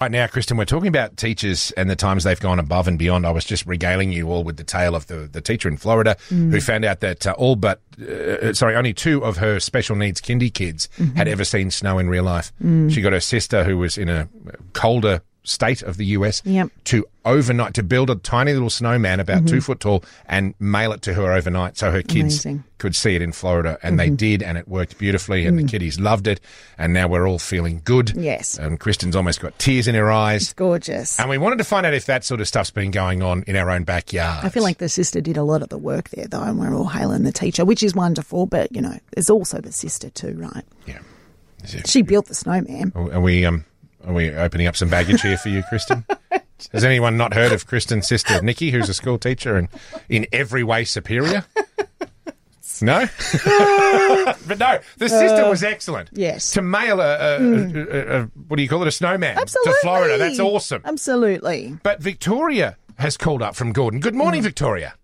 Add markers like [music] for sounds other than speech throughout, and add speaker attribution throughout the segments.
Speaker 1: Right now, Kristen, we're talking about teachers and the times they've gone above and beyond. I was just regaling you all with the tale of the, the teacher in Florida
Speaker 2: Mm.
Speaker 1: who found out that uh, all but, uh, sorry, only two of her special needs kindy kids
Speaker 2: Mm-hmm.
Speaker 1: had ever seen snow in real life.
Speaker 2: Mm.
Speaker 1: She got her sister, who was in a colder state of the US,
Speaker 2: Yep. Mm-hmm.
Speaker 1: to overnight, to build a tiny little snowman about two foot tall and mail it to her overnight so her kids
Speaker 2: Amazing.
Speaker 1: could see it in Florida. And they
Speaker 2: Mm-hmm.
Speaker 1: did, and it worked beautifully, and the kiddies loved it. And now we're all feeling good.
Speaker 2: Mm. Yes.
Speaker 1: And Kristen's almost got tears in her eyes.
Speaker 2: It's gorgeous.
Speaker 1: And we wanted to find out if that sort of stuff's been going on in our own backyard.
Speaker 2: I feel like the sister did a lot of the work there, though, and we're all hailing the teacher, which is wonderful. But you know, there's also the sister too, right?
Speaker 1: Yeah.
Speaker 2: She built the snowman.
Speaker 1: Are are we, um, are we opening up some baggage here for you,
Speaker 2: [laughs]
Speaker 1: Kristen? Has anyone not heard of Kristen's sister, Nikki, who's a school teacher and in every way
Speaker 2: [laughs]
Speaker 1: superior? No? [laughs] but no, the sister was excellent.
Speaker 2: yes.
Speaker 1: To mail a, a, a, a, a, what do you call it, a snowman
Speaker 2: Mm. Absolutely,
Speaker 1: to Florida. That's awesome.
Speaker 2: Absolutely.
Speaker 1: But Victoria has called up from Gordon. Good
Speaker 2: Mm.
Speaker 1: morning, Victoria.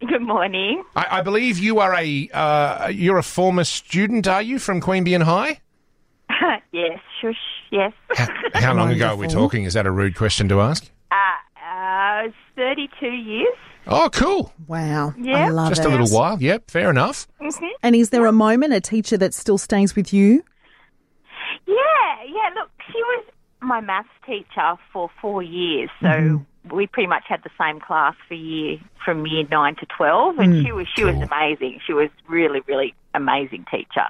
Speaker 3: Good morning.
Speaker 1: I, I believe you are a uh, you're a former student, are you, from Queanbeyan High?
Speaker 3: yes, shush, yes.
Speaker 1: How long ago are we
Speaker 2: Wonderful.
Speaker 1: talking? Is that a rude question to ask?
Speaker 3: Uh, uh, it's 32 years.
Speaker 1: Oh, cool.
Speaker 2: Wow. I
Speaker 3: Yeah.
Speaker 2: love
Speaker 1: Just
Speaker 2: it.
Speaker 1: a little while. Yep, fair enough.
Speaker 2: And is there a moment, a teacher that still stays with you?
Speaker 3: Yeah, yeah, look, she was my maths teacher for four years, so we pretty much had the same class for year from year 9 to 12, and she was she was amazing. She was really, really amazing teacher.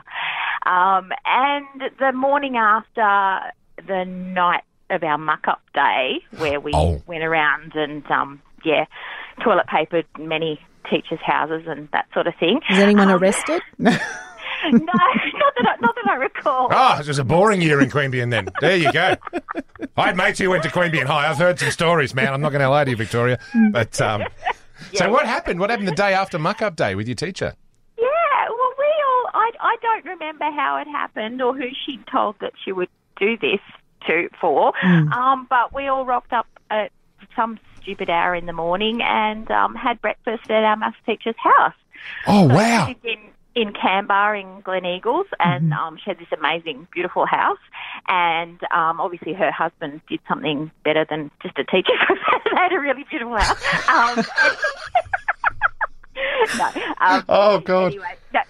Speaker 3: Um, and the morning after the night of our muck-up day, where we
Speaker 1: Oh.
Speaker 3: went around and, um, yeah, toilet papered many teachers' houses and that sort of thing.
Speaker 2: Is anyone [laughs] arrested?
Speaker 3: [laughs] no, not that I, not that I recall.
Speaker 1: Ah, it was a boring year in Queanbeyan then.
Speaker 2: [laughs]
Speaker 1: There you go. I had mates who went to Queanbeyan High. I've heard some stories, man. I'm not going to lie to you, Victoria. But
Speaker 2: [laughs]
Speaker 1: um, so what happened? What happened the day after Muck Up Day with your teacher?
Speaker 3: Yeah, well, we all, I, I don't remember how it happened or who she told that she would do this to for,
Speaker 1: Mm.
Speaker 3: um, but we all rocked up at some stupid hour in the morning and um, had breakfast at our maths teacher's house.
Speaker 1: Oh,
Speaker 3: So
Speaker 1: wow.
Speaker 3: She lived in, in Canberra in Glen Eagles, and
Speaker 1: Mm-hmm.
Speaker 3: um, she had this amazing, beautiful house. And um, obviously, her husband did something better than just a teacher. [laughs] they had a really beautiful house.
Speaker 1: [laughs]
Speaker 3: Um, and- [laughs] no, um,
Speaker 1: Oh, God.
Speaker 3: Anyway, no.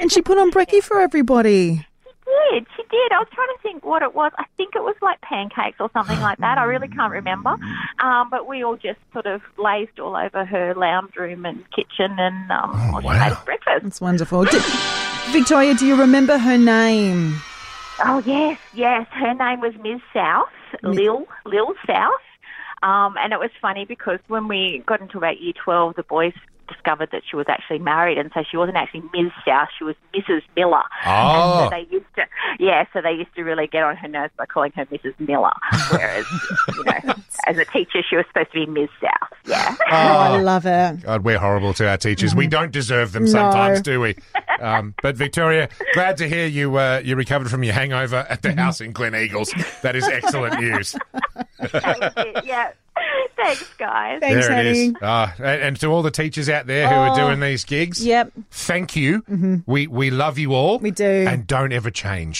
Speaker 2: and she put on brekkie for everybody.
Speaker 3: She did. She did. I was trying to think what it was. I think it was like pancakes or something like that. I really can't remember. Um, but we all just sort of lazed all over her lounge room and kitchen and um,
Speaker 1: Oh,
Speaker 3: she made
Speaker 1: wow.
Speaker 3: us breakfast.
Speaker 2: That's wonderful. Do- Victoria, do you remember her name?
Speaker 3: Oh, yes, yes. Her name was Ms. South, Lil, Lil South. Um, and it was funny because when we got into about year 12, the boys discovered that she was actually married. And so she wasn't actually Ms. South, she was Mrs. Miller.
Speaker 1: Oh,
Speaker 3: So they used to, yeah. So they used to really get on her nerves by calling her Mrs. Miller, whereas, you know, as a teacher, she was supposed to be Ms. South. Yeah.
Speaker 2: Oh, I love her.
Speaker 1: God, we're horrible to our teachers. We don't deserve them sometimes,
Speaker 2: No.
Speaker 1: do
Speaker 2: [laughs]
Speaker 1: we? Um, but Victoria, glad to hear you uh, you recovered from your hangover at
Speaker 2: Mm-hmm.
Speaker 1: the house in Glen Eagles. That is
Speaker 2: [laughs]
Speaker 1: excellent news.
Speaker 3: Thank you. Yeah. [laughs] Thanks, guys.
Speaker 2: Thanks,
Speaker 1: there it
Speaker 2: honey.
Speaker 1: is. Ah, and, and to all the teachers out there who are
Speaker 2: Oh.
Speaker 1: doing these gigs,
Speaker 2: Yep.
Speaker 1: thank you. We we love you all.
Speaker 2: We do.
Speaker 1: And don't ever change.